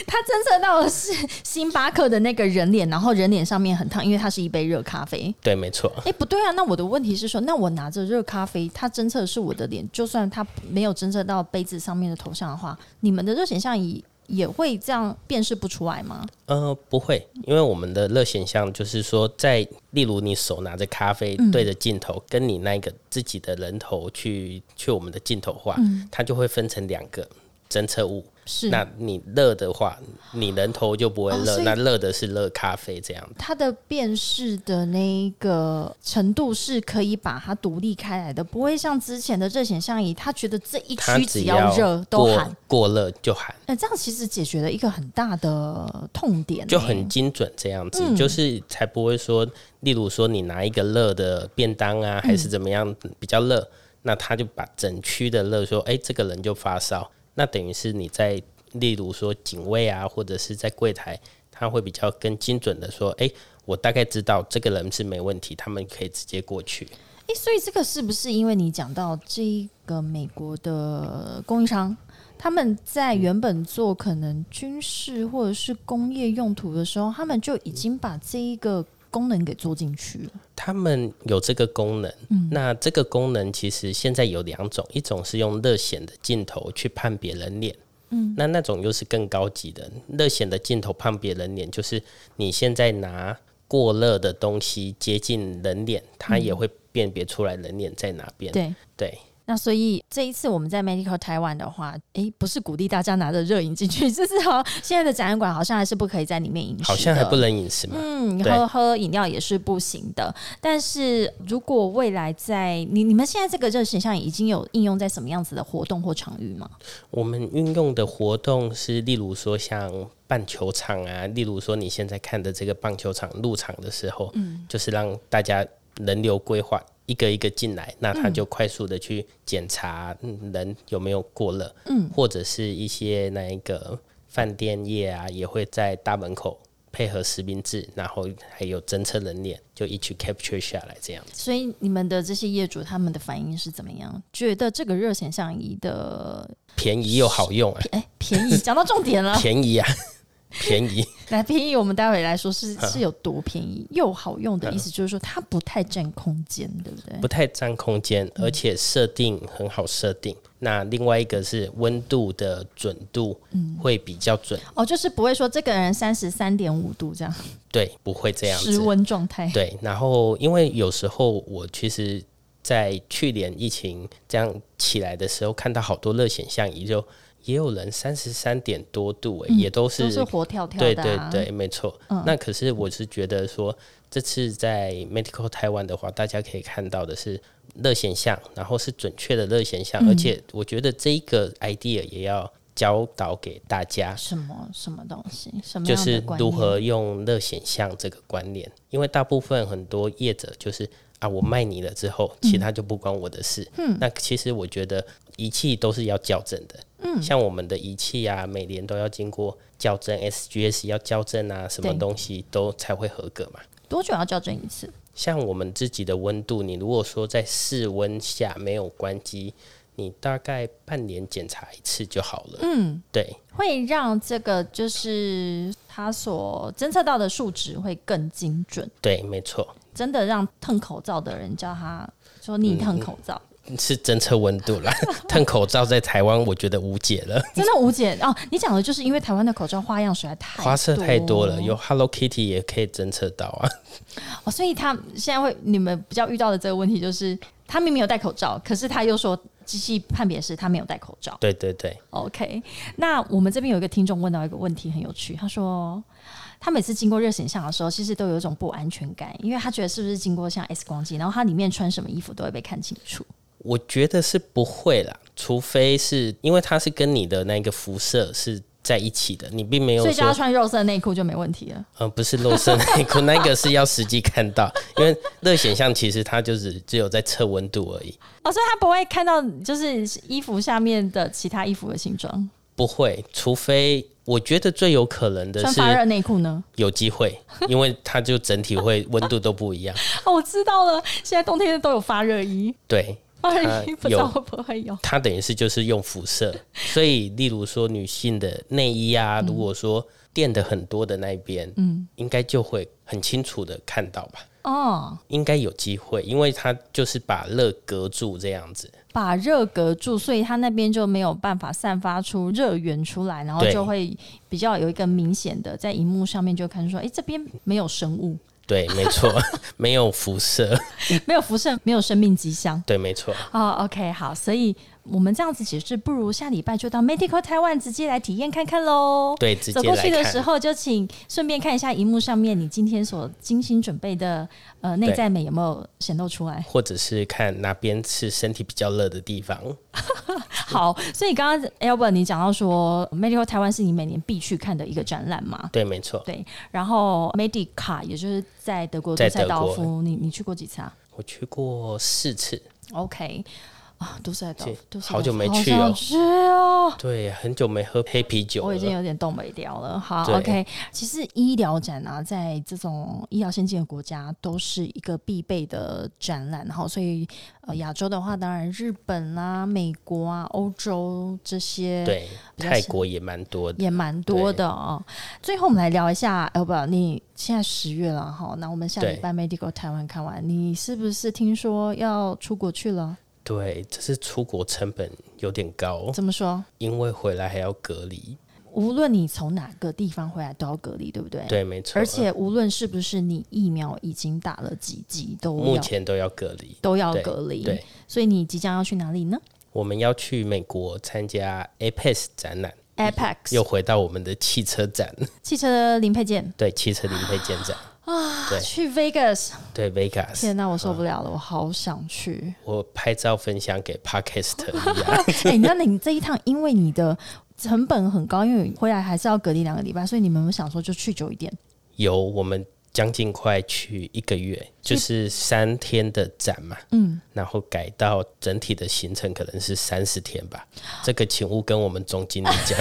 [SPEAKER 1] 他侦测到的是星巴克的那个人脸，然后人脸上面很烫，因为它是一杯热咖啡。
[SPEAKER 2] 对，没错，
[SPEAKER 1] 哎、不对啊！那我的问题是说，那我拿着热咖啡，它侦测的是我的脸，就算它没有侦测到杯子上面的头像的话，你们的热显像仪也会这样辨识不出来吗？
[SPEAKER 2] 呃，不会，因为我们的热显像就是说在，例如你手拿着咖啡
[SPEAKER 1] 嗯
[SPEAKER 2] 对着镜头，跟你那个自己的人头去去我们的镜头化，
[SPEAKER 1] 嗯
[SPEAKER 2] 它就会分成两个侦测物。
[SPEAKER 1] 是
[SPEAKER 2] 那你热的话，你人头就不会
[SPEAKER 1] 嗯哦
[SPEAKER 2] 热，
[SPEAKER 1] 所以
[SPEAKER 2] 那热的是热咖啡这样。
[SPEAKER 1] 它的辨识的那一个程度是可以把它独立开来的，不会像之前的热显像仪，它觉得这一
[SPEAKER 2] 它
[SPEAKER 1] 区
[SPEAKER 2] 只
[SPEAKER 1] 要热都
[SPEAKER 2] 过
[SPEAKER 1] 喊。
[SPEAKER 2] 过热就喊，
[SPEAKER 1] 哎、这样其实解决了一个很大的痛点、
[SPEAKER 2] 就
[SPEAKER 1] 欸
[SPEAKER 2] 很精准这样子，就是才不会说，例如说你拿一个热的便当啊，还是怎么样比较热，那他就把整区的热说，哎、这个人就发烧，那等于是你在例如说警卫啊，或者是在柜台，他会比较更精准的说，哎、我大概知道这个人是没问题，他们可以直接过去。
[SPEAKER 1] 诶，所以这个是不是因为你讲到这个美国的供应商，他们在原本做可能军事或者是工业用途的时候，他们就已经把这一个功能给做进去了？
[SPEAKER 2] 他们有这个功能，那这个功能其实现在有两种，一种是用热显的镜头去判别人脸，嗯，那那种又是更高级的热显的镜头判别人脸，就是你现在拿过热的东西接近人脸，它也会辨别出来人脸在哪边。
[SPEAKER 1] 对。
[SPEAKER 2] 对
[SPEAKER 1] 那所以这一次我们在 Medical 台湾的话，诶，不是鼓励大家拿着热饮进去， <laughs> 就是好现在的展览馆好像还是不可以在里面饮食，
[SPEAKER 2] 好像还不。能饮食嘛，
[SPEAKER 1] 嗯，
[SPEAKER 2] 对
[SPEAKER 1] 喝喝饮料也是不行的。但是如果未来在你你们现在这个热显像已经有应用在什么样子的活动或场域吗？
[SPEAKER 2] 我们运用的活动是，例如说像棒球场啊，例如说你现在看的这个棒球场入场的时候，就是让大家人流规划一个一个进来，那他就快速的去检查嗯人有没有过热，嗯，或者是一些那一个饭店业啊，也会在大门口。配合实名制，然后还有侦测人脸，就一起 capture 下来这样子。
[SPEAKER 1] 所以你们的这些业主他们的反应是怎么样？觉得这个热显像仪的
[SPEAKER 2] 便宜又好用啊，
[SPEAKER 1] 哎、便宜，
[SPEAKER 2] <laughs>
[SPEAKER 1] 讲到重点了，
[SPEAKER 2] 便宜啊， <laughs> 便宜。啊
[SPEAKER 1] 来便宜，我们待会来说
[SPEAKER 2] <laughs>
[SPEAKER 1] 是是有多便宜又好用的意思，就是说它不太占空间，对不
[SPEAKER 2] <laughs>
[SPEAKER 1] 对？
[SPEAKER 2] 不太占空间，
[SPEAKER 1] 嗯
[SPEAKER 2] 而且设定很好设定。那另外一个是温度的准度
[SPEAKER 1] 嗯
[SPEAKER 2] 会比较准，
[SPEAKER 1] 哦，就是不会说这个人三十三点五度这样
[SPEAKER 2] 对，不会这样
[SPEAKER 1] 室
[SPEAKER 2] 子。
[SPEAKER 1] 温状态，
[SPEAKER 2] 对，然后因为有时候我其实，在去年疫情这样起来的时候，看到好多热显像仪，就也有人三十三点多度、欸，也
[SPEAKER 1] 嗯
[SPEAKER 2] 都
[SPEAKER 1] 都
[SPEAKER 2] 是
[SPEAKER 1] 是活跳跳
[SPEAKER 2] 对
[SPEAKER 1] 的、
[SPEAKER 2] 对
[SPEAKER 1] 啊，
[SPEAKER 2] 对，没错。那可是我是觉得说，这次在 Medical 台湾的话，大家可以看到的是
[SPEAKER 1] 嗯
[SPEAKER 2] 热显像，然后是准确的热显像，而且我觉得这一个 idea 也要。教导给大家，
[SPEAKER 1] 什么什么东西，什么
[SPEAKER 2] 就
[SPEAKER 1] 样的
[SPEAKER 2] 是
[SPEAKER 1] 观
[SPEAKER 2] 如
[SPEAKER 1] 念
[SPEAKER 2] 何用热显像这个观念，因为大部分很多业者就是啊，我卖你了之后，其他就不关我的事。嗯，那其实我觉得仪器都是要校正的。嗯，像我们的仪器啊，每年都要经过校正，SGS 要校正啊，什么
[SPEAKER 1] 对
[SPEAKER 2] 东西都才会合格嘛。
[SPEAKER 1] 多久要校正一次？
[SPEAKER 2] 像我们自己的温度，你如果说在室温下没有关机，你大概半年检查一次就好了。嗯，对，
[SPEAKER 1] 会让这个就是它所侦测到的数值会更精准，
[SPEAKER 2] 对，没错，
[SPEAKER 1] 真的让烫口罩的人叫他说你烫口罩，
[SPEAKER 2] 是侦测温
[SPEAKER 1] <laughs>
[SPEAKER 2] 度啦。烫口罩在台湾，我觉得无解了，
[SPEAKER 1] 真的无解哦。你讲的就是因为台湾的口罩花样实在太
[SPEAKER 2] 花色太多了，有 Hello Kitty 也可以侦测到啊。 <laughs>
[SPEAKER 1] 哦，所以他现在会你们比较遇到的这个问题就是，他明明有戴口罩，可是他又说机器判别是他没有戴口罩。
[SPEAKER 2] 对对对，
[SPEAKER 1] OK，那我们这边有一个听众问到一个问题很有趣，他说他每次经过热显像的时候，其实都有一种不安全感，因为他觉得是不是经过像 X 光机，然后他里面穿什么衣服都会被看清楚。
[SPEAKER 2] 我觉得是不会啦，除非是因为它是跟你的那个辐射是在一起的，你并没有
[SPEAKER 1] 所以叫他
[SPEAKER 2] 说
[SPEAKER 1] 穿肉色内裤就没问题了。
[SPEAKER 2] 嗯，不是露色内裤，那个是要实际看到，因为热显像其实它就是只有在测温度而已，
[SPEAKER 1] 哦，所以他不会看到就是衣服下面的其他衣服的形状。
[SPEAKER 2] 不会，除非我觉得最有可能的
[SPEAKER 1] 穿
[SPEAKER 2] 是
[SPEAKER 1] 发热内裤呢？
[SPEAKER 2] 有机会，因为它就整体会温度都不一样，
[SPEAKER 1] 哦，我知道了，现在冬天都有发热衣，
[SPEAKER 2] 对，
[SPEAKER 1] 发热
[SPEAKER 2] 它
[SPEAKER 1] 衣不知道
[SPEAKER 2] 啊
[SPEAKER 1] 会
[SPEAKER 2] 有
[SPEAKER 1] 不会有。
[SPEAKER 2] 它等于是就是用
[SPEAKER 1] <laughs>
[SPEAKER 2] 辐射，所以例如说女性的内衣
[SPEAKER 1] 嗯
[SPEAKER 2] 啊，如果说垫的很多的那一边，嗯，应该就会很清楚的看到吧，
[SPEAKER 1] 哦，
[SPEAKER 2] 应该有机会，因为它就是把热隔住这样子。
[SPEAKER 1] 把热隔住，所以它那边就没有办法散发出热源出来，然后
[SPEAKER 2] 对
[SPEAKER 1] 就会比较有一个明显的在荧幕上面就看出说，哎、这边没有生 <laughs> 物，
[SPEAKER 2] 对，没错，没有辐射。
[SPEAKER 1] 没有辐射，没有生命迹象。
[SPEAKER 2] 对，没错，
[SPEAKER 1] 哦、o k 好，所以我们这样子解释，不如下礼拜就到 Medical Taiwan 直接来体验看看喽。
[SPEAKER 2] 对，直
[SPEAKER 1] 走
[SPEAKER 2] 接
[SPEAKER 1] 过
[SPEAKER 2] 来
[SPEAKER 1] 去的
[SPEAKER 2] 看。
[SPEAKER 1] 时候，就请顺便看一下荧幕上面你今天所精心准备的呃内
[SPEAKER 2] 对
[SPEAKER 1] 在美有没有显露出 <laughs> 来。
[SPEAKER 2] 或者是看哪边是身体比较热的地方，
[SPEAKER 1] 好，所以刚刚 Albert 你讲到说 Medical 台湾是你每年必去看的一个展览嘛？
[SPEAKER 2] 对，没错。
[SPEAKER 1] 对，然后 Medica 也就是在德国
[SPEAKER 2] 在
[SPEAKER 1] 杜塞
[SPEAKER 2] 德
[SPEAKER 1] 道
[SPEAKER 2] 国
[SPEAKER 1] 夫，你你去过几次啊
[SPEAKER 2] 我去过四次，
[SPEAKER 1] ？OK 啊，杜塞道
[SPEAKER 2] 这
[SPEAKER 1] 夫，杜塞道夫
[SPEAKER 2] 好久没
[SPEAKER 1] 好
[SPEAKER 2] 去
[SPEAKER 1] 想
[SPEAKER 2] 哦
[SPEAKER 1] 去哦。
[SPEAKER 2] 对，很久没喝黑啤酒
[SPEAKER 1] 我已经
[SPEAKER 2] 了。
[SPEAKER 1] 有点动没掉了。好
[SPEAKER 2] 对
[SPEAKER 1] ，OK。其实医疗展啊，在这种医疗先进的国家，都是一个必备的展览。然后，所以呃，亚洲的话，当然日本啦、美国啊、欧洲这些
[SPEAKER 2] 对，
[SPEAKER 1] 比较
[SPEAKER 2] 泰
[SPEAKER 1] 喜
[SPEAKER 2] 国也蛮多的。
[SPEAKER 1] 也蛮多的哦。最后我们来聊一下 Albert，你现在十月了哈，那我们下
[SPEAKER 2] 对
[SPEAKER 1] 礼拜 Medical 台湾看完，你是不是听说要出国去了？
[SPEAKER 2] 对，只是出国成本有点高，
[SPEAKER 1] 怎么说？
[SPEAKER 2] 因为回来还要隔离。
[SPEAKER 1] 无论你从哪个地方回来都要隔离，对不对？。
[SPEAKER 2] 对，没错。
[SPEAKER 1] 哎而且无论是不是你疫苗已经打了几剂，都
[SPEAKER 2] 呃目
[SPEAKER 1] 要
[SPEAKER 2] 前都要隔离。
[SPEAKER 1] 都要
[SPEAKER 2] 对
[SPEAKER 1] 隔离。
[SPEAKER 2] 对，
[SPEAKER 1] 所以你即将要去哪里呢
[SPEAKER 2] 我们要去美国参加 APEX 展览，又
[SPEAKER 1] ？Apex
[SPEAKER 2] 回到我们的汽车
[SPEAKER 1] <laughs>
[SPEAKER 2] 展，
[SPEAKER 1] 汽车零配件
[SPEAKER 2] 对，汽车零配件展，对嗯
[SPEAKER 1] 去 Vegas，
[SPEAKER 2] 对，Vegas。
[SPEAKER 1] 天哪，我受不了了，我好想去。
[SPEAKER 2] 我拍照分享给 Podcast 一
[SPEAKER 1] <laughs>
[SPEAKER 2] 样，
[SPEAKER 1] 哎、那你这一趟，因为你的成本很高，因为回来还是要隔离两个礼拜，所以你们有想说就去久一点。
[SPEAKER 2] 有我们将近快去一个月，就是三天的展嘛，
[SPEAKER 1] 嗯，
[SPEAKER 2] 然后改到整体的行程可能是三十天吧。这个请勿跟我们总经理讲，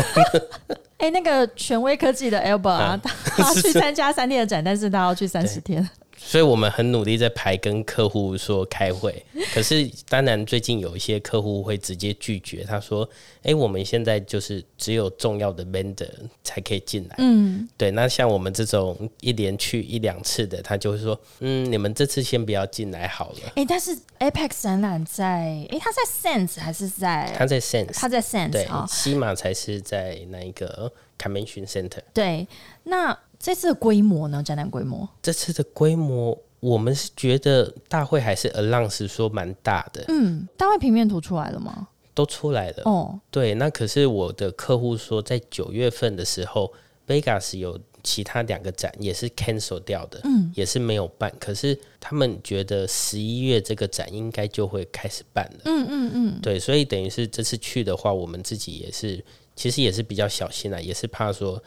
[SPEAKER 1] 哎、那个权威科技的 Albert 啊，
[SPEAKER 2] 啊
[SPEAKER 1] 他去参加三天的展，但是他要去三十天。
[SPEAKER 2] 所以我们很努力在排跟客户说
[SPEAKER 1] <laughs>
[SPEAKER 2] 开会，可是当然最近有一些客户会直接拒绝，他说：“哎、我们现在就是只有重要的 vendor 才可以进来。”
[SPEAKER 1] 嗯，
[SPEAKER 2] 对，那像我们这种一连去一两次的，他就会说，嗯，你们这次先不要进来好
[SPEAKER 1] <laughs>
[SPEAKER 2] 了。
[SPEAKER 1] 哎、但是 Apex 展览在，哎、他在 Sense 还是在？
[SPEAKER 2] 他在 Sense，
[SPEAKER 1] 他在
[SPEAKER 2] 对
[SPEAKER 1] Sense 啊、，
[SPEAKER 2] 西马才是在那一个 Convention Center。
[SPEAKER 1] 对。那这次的规模呢？展览规模？
[SPEAKER 2] 这次的规模，我们是觉得大会还是 a l o n 是说蛮大的，
[SPEAKER 1] 嗯，大会平面图出来了吗？
[SPEAKER 2] 都出来了。
[SPEAKER 1] 哦，
[SPEAKER 2] 对，那可是我的客户说，在九月份的时候，Vegas 有其他两个展也是 cancel 掉的，嗯，也是没有办。可是他们觉得十一月这个展应
[SPEAKER 1] 嗯
[SPEAKER 2] 该就会开始办了，嗯嗯嗯，对，所以等于是这次去的话，我们自己也是其实也是比较小心啊，也是怕说，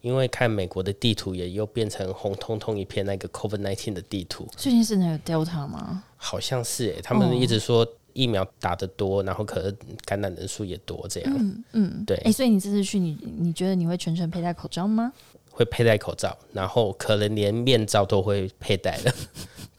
[SPEAKER 2] 因为看美国的地图也又变成红彤彤一片那个 COVID nineteen 的地图，
[SPEAKER 1] 最近是能有 Delta 吗？
[SPEAKER 2] 好像是诶、他们一直说疫苗打得多，然后可能感染人数也多，这样、
[SPEAKER 1] 嗯嗯，
[SPEAKER 2] 对
[SPEAKER 1] 哎、所以你这次去，你你觉得你会全程佩戴口罩吗？
[SPEAKER 2] 会佩戴口罩，然后可能连面罩都会佩戴
[SPEAKER 1] <laughs>
[SPEAKER 2] 了。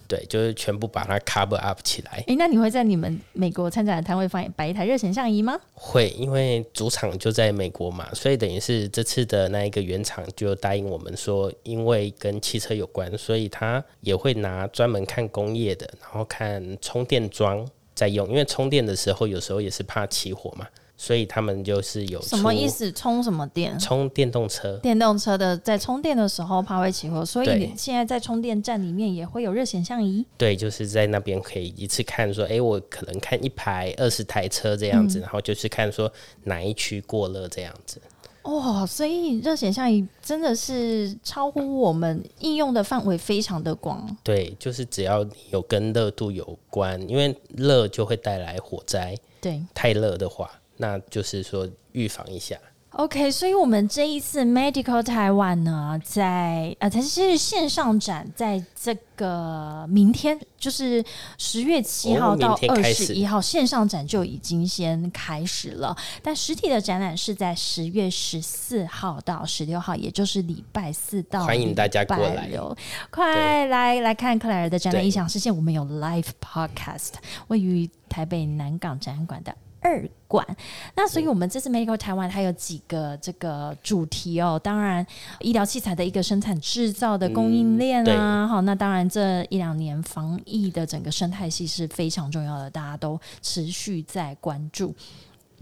[SPEAKER 2] 对，就是全部把它 cover up 起来
[SPEAKER 1] 哎、。那你会在你们美国参展的摊位放摆一台热显像仪吗？
[SPEAKER 2] 会，因为主场就在美国嘛，所以等于是这次的那一个原厂就答应我们说，因为跟汽车有关，所以他也会拿专门看工业的，然后看充电桩在用，因为充电的时候有时候也是怕起火嘛，所以他们就是有
[SPEAKER 1] 什么
[SPEAKER 2] 出
[SPEAKER 1] 意思？充什么电？
[SPEAKER 2] 充电动车。
[SPEAKER 1] 电动车的在充电的时候怕会起火，所以
[SPEAKER 2] 对
[SPEAKER 1] 你现在在充电站里面也会有热显像仪。
[SPEAKER 2] 对，就是在那边可以一次看说，诶，我可能看一排二十台车这
[SPEAKER 1] 嗯
[SPEAKER 2] 样子，然后就是看说哪一区过热这样子。
[SPEAKER 1] 哦，所以热显像仪真的是超乎我们应用的范围非常的广。
[SPEAKER 2] 对，就是只要你有跟热度有关，因为热就会带来火灾，
[SPEAKER 1] 对
[SPEAKER 2] 太热的话，那就是说预防一下。
[SPEAKER 1] ，OK，所以我们这一次 Medical Taiwan 呢，在啊，它是线上展，在这个明天，就是十月七号
[SPEAKER 2] 哦
[SPEAKER 1] 到
[SPEAKER 2] 明
[SPEAKER 1] 二
[SPEAKER 2] 天开
[SPEAKER 1] 十
[SPEAKER 2] 始
[SPEAKER 1] 一号，线上展就已经先开始了。但实体的展览是在十月十四号到十六号，也就是礼拜四到
[SPEAKER 2] 欢迎大家过来
[SPEAKER 1] 礼拜六，快来来看克莱尔的展览
[SPEAKER 2] 对
[SPEAKER 1] 异想世界。我们有 live podcast，位于台北南港展览馆的。二馆，那所以我们这次 Medical 台湾它有几个这个主题哦，当然医疗器材的一个生产制造的供应链
[SPEAKER 2] 嗯
[SPEAKER 1] 啊，好、那当然这一两年防疫的整个生态系是非常重要的，大家都持续在关注。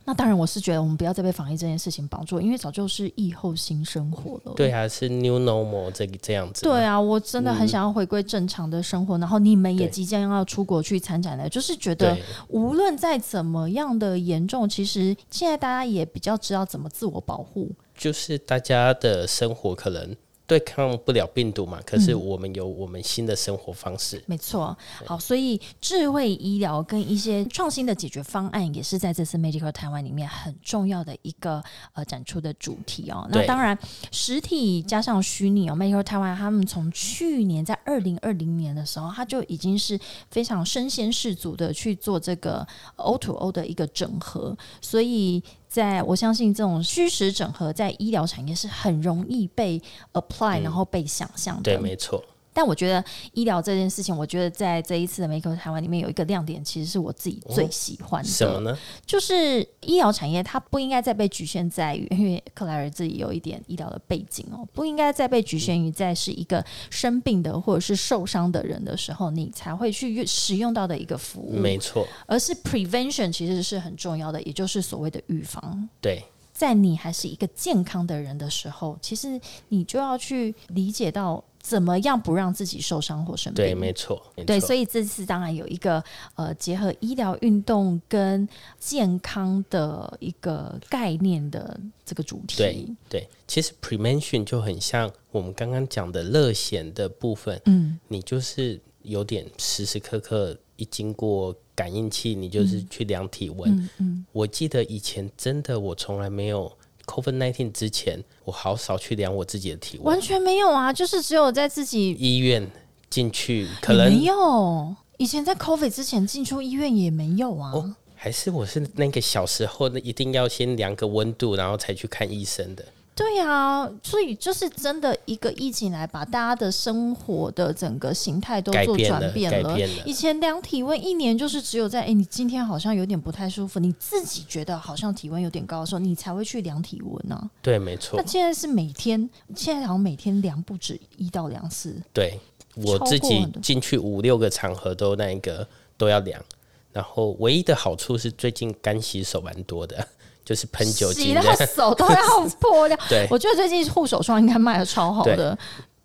[SPEAKER 1] 那当然，我是觉得我们不要再被防疫这件事情绑住，因为早就是疫后新生活了。
[SPEAKER 2] 对啊，是 new normal 这个这样子。
[SPEAKER 1] 对，啊，我真的很想要回归正常的生活，然后你们也
[SPEAKER 2] 对
[SPEAKER 1] 即将要出国去参展了，就是觉得
[SPEAKER 2] 对
[SPEAKER 1] 无论再怎么样的严重，其实现在大家也比较知道怎么自我保护。
[SPEAKER 2] 就是大家的生活可能对抗不了病毒嘛，可是我们有我们新的生活方式。
[SPEAKER 1] 没错，嗯好，所以智慧医疗跟一些创新的解决方案，也是在这次 Medical 台湾里面很重要的一个呃展出的主题哦。那
[SPEAKER 2] 对
[SPEAKER 1] 当然，实体加上虚拟哦，Medical 台湾他们从去年在二零二零年的时候，它就已经是非常身先士卒的去做这个 O to O 的一个整合，所以。在我相信这种虚实整合在医疗产业是很容易被 apply，、然后被想象的。
[SPEAKER 2] 对，没错。
[SPEAKER 1] 但我觉得医疗这件事情，我觉得在这一次的 Make 台湾里面有一个亮点，其实是我自己最喜欢
[SPEAKER 2] 哦什
[SPEAKER 1] 的，
[SPEAKER 2] 么呢？
[SPEAKER 1] 就是医疗产业它不应该再被局限在于，因为克莱尔自己有一点医疗的背景哦，不应该再被局限于在是一个生病的或者是受伤的人的时候，你才会去使用到的一个服务，
[SPEAKER 2] 没错，
[SPEAKER 1] 而是 prevention 其实是很重要的，也就是所谓的预防。
[SPEAKER 2] 对，
[SPEAKER 1] 在你还是一个健康的人的时候，其实你就要去理解到怎么样不让自己受伤或生病。
[SPEAKER 2] 对，没错，没
[SPEAKER 1] 嗯对，
[SPEAKER 2] 错
[SPEAKER 1] 所以这次当然有一个呃，结合医疗运动跟健康的一个概念的这个主题。
[SPEAKER 2] 对对，其实 prevention 就很像我们刚刚讲的热显的部分，
[SPEAKER 1] 嗯，
[SPEAKER 2] 你就是有点时时刻刻一经过感应器，你就是去量体温。
[SPEAKER 1] 嗯嗯，
[SPEAKER 2] 我记得以前真的我从来没有 COVID nineteen 之前，我好少去量我自己的体温
[SPEAKER 1] 完。全没有啊，就是只有在自己
[SPEAKER 2] 医院进去可
[SPEAKER 1] 也
[SPEAKER 2] 能
[SPEAKER 1] 没有。以前在 COVID 之前进出医院也没有啊，
[SPEAKER 2] 哦，还是我是那个小时候那一定要先量个温度，然后才去看医生的。
[SPEAKER 1] 对啊，所以就是真的一个疫情来把大家的生活的整个形态都
[SPEAKER 2] 改
[SPEAKER 1] 做
[SPEAKER 2] 变
[SPEAKER 1] 转
[SPEAKER 2] 了
[SPEAKER 1] 变
[SPEAKER 2] 改
[SPEAKER 1] 了。
[SPEAKER 2] 变了
[SPEAKER 1] 以前量体温一年就是只有在哎、你今天好像有点不太舒服，你自己觉得好像体温有点高的时候，你才会去量体温呢、啊。
[SPEAKER 2] 对，没错
[SPEAKER 1] 那，现在是每天，现在好像每天量不止一到两次。
[SPEAKER 2] 对我
[SPEAKER 1] 超
[SPEAKER 2] 自
[SPEAKER 1] 过
[SPEAKER 2] 己
[SPEAKER 1] 很多
[SPEAKER 2] 进去五六个场合都那一个都要量，然后唯一的好处是最近干洗手蛮多的，就是喷酒
[SPEAKER 1] 洗
[SPEAKER 2] 精
[SPEAKER 1] 到
[SPEAKER 2] 的，。
[SPEAKER 1] 手都要破掉
[SPEAKER 2] <laughs> 对
[SPEAKER 1] 我觉得最近护手霜应该卖的超好的，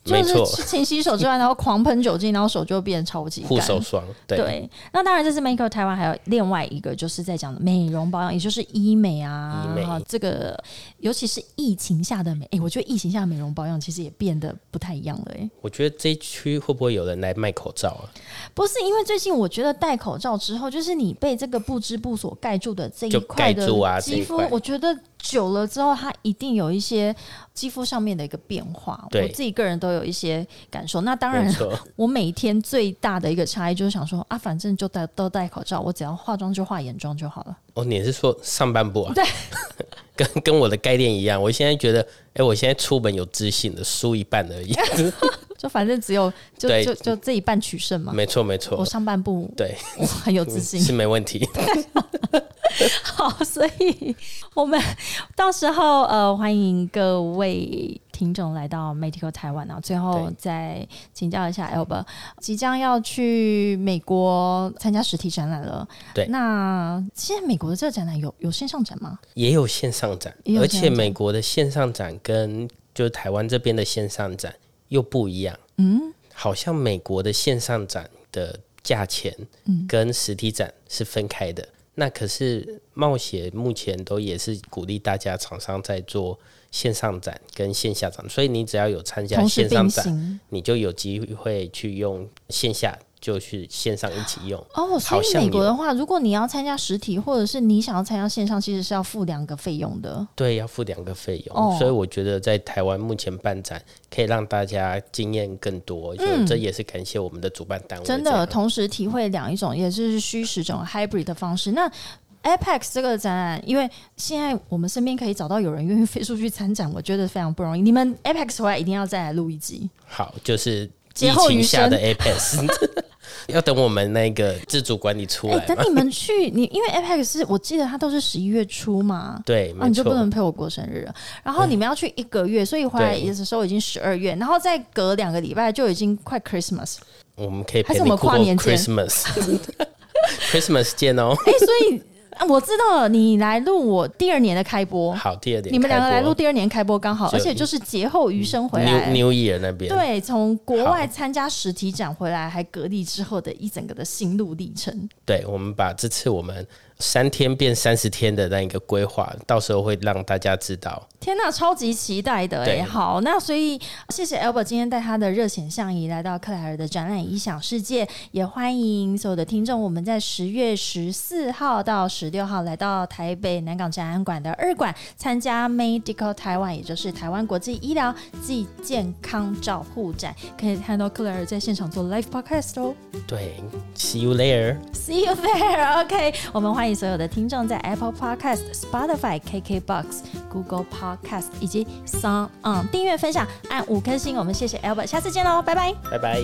[SPEAKER 1] 就
[SPEAKER 2] 没
[SPEAKER 1] 是
[SPEAKER 2] 错，
[SPEAKER 1] 勤洗手之外，然后狂喷酒精，然后手就变超级干。
[SPEAKER 2] 护手霜，对
[SPEAKER 1] 对，那当然这是 Make Up 台湾还有另外一个就是在讲的美容保养，也就是医美啊，
[SPEAKER 2] 医美
[SPEAKER 1] 然后这个尤其是疫情下的美，哎、我觉得疫情下的美容保养其实也变得不太一样了、哎，
[SPEAKER 2] 我觉得这一区会不会有人来卖口罩啊？
[SPEAKER 1] 不是因为最近我觉得戴口罩之后，就是你被这个不织布所盖住的这一
[SPEAKER 2] 就
[SPEAKER 1] 块
[SPEAKER 2] 盖住
[SPEAKER 1] 的
[SPEAKER 2] 啊
[SPEAKER 1] 肌肤，
[SPEAKER 2] 这一块
[SPEAKER 1] 我觉得久了之后，它一定有一些肌肤上面的一个变化。
[SPEAKER 2] 对
[SPEAKER 1] 我自己个人都有一些感受。那当然
[SPEAKER 2] 没，错，
[SPEAKER 1] 我每天最大的一个差异就是想说啊，反正就戴都戴口罩，我只要化妆就化眼妆就好了。
[SPEAKER 2] 哦，你是说上半部啊？
[SPEAKER 1] 对，
[SPEAKER 2] 跟跟我的概念一样。我现在觉得，哎、我现在出门有自信的，输一半而已。
[SPEAKER 1] 就反正只有就
[SPEAKER 2] 对
[SPEAKER 1] 就就这一半取胜嘛。
[SPEAKER 2] 没错，没
[SPEAKER 1] 我
[SPEAKER 2] 错，
[SPEAKER 1] 上半部
[SPEAKER 2] 对，嗯
[SPEAKER 1] 我很有自信，
[SPEAKER 2] 是没问题。
[SPEAKER 1] 好，所以我们到时候呃，欢迎各位听众来到 Medical 台湾啊。最后
[SPEAKER 2] 对
[SPEAKER 1] 再请教一下 Albert，即将要去美国参加实体展览了。
[SPEAKER 2] 对
[SPEAKER 1] 那现在美国的这个展览有有线上展吗？
[SPEAKER 2] 也有线上展，
[SPEAKER 1] 也有
[SPEAKER 2] 而
[SPEAKER 1] 线
[SPEAKER 2] 且
[SPEAKER 1] 上展
[SPEAKER 2] 美国的线上展跟就是台湾这边的线上展又不一样。嗯，好像美国的线上展的价钱，
[SPEAKER 1] 嗯
[SPEAKER 2] 跟实体展是分开的。那可是冒险目前都也是鼓励大家厂商在做线上展跟线下展，所以你只要有参加
[SPEAKER 1] 同时
[SPEAKER 2] 线上
[SPEAKER 1] 并
[SPEAKER 2] 展，
[SPEAKER 1] 行
[SPEAKER 2] 你就有机会去用线下，就去线上一起用。
[SPEAKER 1] 哦，所
[SPEAKER 2] 好
[SPEAKER 1] 以
[SPEAKER 2] 像
[SPEAKER 1] 美国的话，如果你要参加实体，或者是你想要参加线上，其实是要付两个费用的。
[SPEAKER 2] 对，要付两个费用，
[SPEAKER 1] 哦
[SPEAKER 2] 所以我觉得在台湾目前办展可以让大家经验更多，就这也是感谢我们的主办单位这样。
[SPEAKER 1] 嗯真的同时体会两一种，也就是虚实这种 hybrid 的方式。那 Apex 这个展览，因为现在我们身边可以找到有人愿意飞出去参展，我觉得非常不容易。你们 Apex 回来一定要再来录一集，
[SPEAKER 2] 好，就是
[SPEAKER 1] 劫
[SPEAKER 2] 疫
[SPEAKER 1] 后余
[SPEAKER 2] 情下
[SPEAKER 1] 生 <laughs>
[SPEAKER 2] 的 Apex，要等我们那个自主管理出
[SPEAKER 1] 哎、
[SPEAKER 2] 来
[SPEAKER 1] 等
[SPEAKER 2] 嘛？
[SPEAKER 1] 你们去，你因为 Apex 是我记得它都是十一月初嘛，
[SPEAKER 2] 对，
[SPEAKER 1] 啊，
[SPEAKER 2] 没
[SPEAKER 1] 你就不
[SPEAKER 2] 错
[SPEAKER 1] 能，陪我过生日了。然后你们要去一个月，所以回来
[SPEAKER 2] 对
[SPEAKER 1] 的时候已经十二月，然后再隔两个礼拜就已经快 Christmas。
[SPEAKER 2] 我们可以
[SPEAKER 1] 还
[SPEAKER 2] 陪
[SPEAKER 1] 是我
[SPEAKER 2] 你
[SPEAKER 1] 们
[SPEAKER 2] 过
[SPEAKER 1] 跨年见
[SPEAKER 2] Christmas，Christmas <laughs> 见哦。
[SPEAKER 1] 哎、所以啊我知道了，你来录我第二年的开播。
[SPEAKER 2] 好，第二
[SPEAKER 1] 哎
[SPEAKER 2] 点，
[SPEAKER 1] 你们两个来录第二年开播刚好，
[SPEAKER 2] 就
[SPEAKER 1] 而且就是劫后余生回
[SPEAKER 2] New
[SPEAKER 1] 来。
[SPEAKER 2] New Year 那边，
[SPEAKER 1] 对，从国外参加实体展回来，还隔离之后的一整个的心路历程，
[SPEAKER 2] 对，我们把这次我们三天变三十天的那一个规划，到时候会让大家知道。
[SPEAKER 1] 天呐，超级期待的哎、
[SPEAKER 2] 对
[SPEAKER 1] 好，那所以谢谢 Albert 今天带他的热显像仪来到克莱尔的展览异想世界，也欢迎所有的听众，我们在十月十四号到十六号来到台北南港展览馆的二馆参加 Medical 台湾，也就是台湾国际医疗暨健康照护展，可以看到克莱尔在现场做 live podcast 哦。
[SPEAKER 2] 对，See you later。
[SPEAKER 1] See you there. <laughs> OK，我们欢迎所有的听众在 Apple Podcast、Spotify、KKBox、Google Podcast 以及嗯 Sound On 订阅、分享，按五颗星。我们谢谢 Albert，下次见喽，拜拜。
[SPEAKER 2] 拜拜。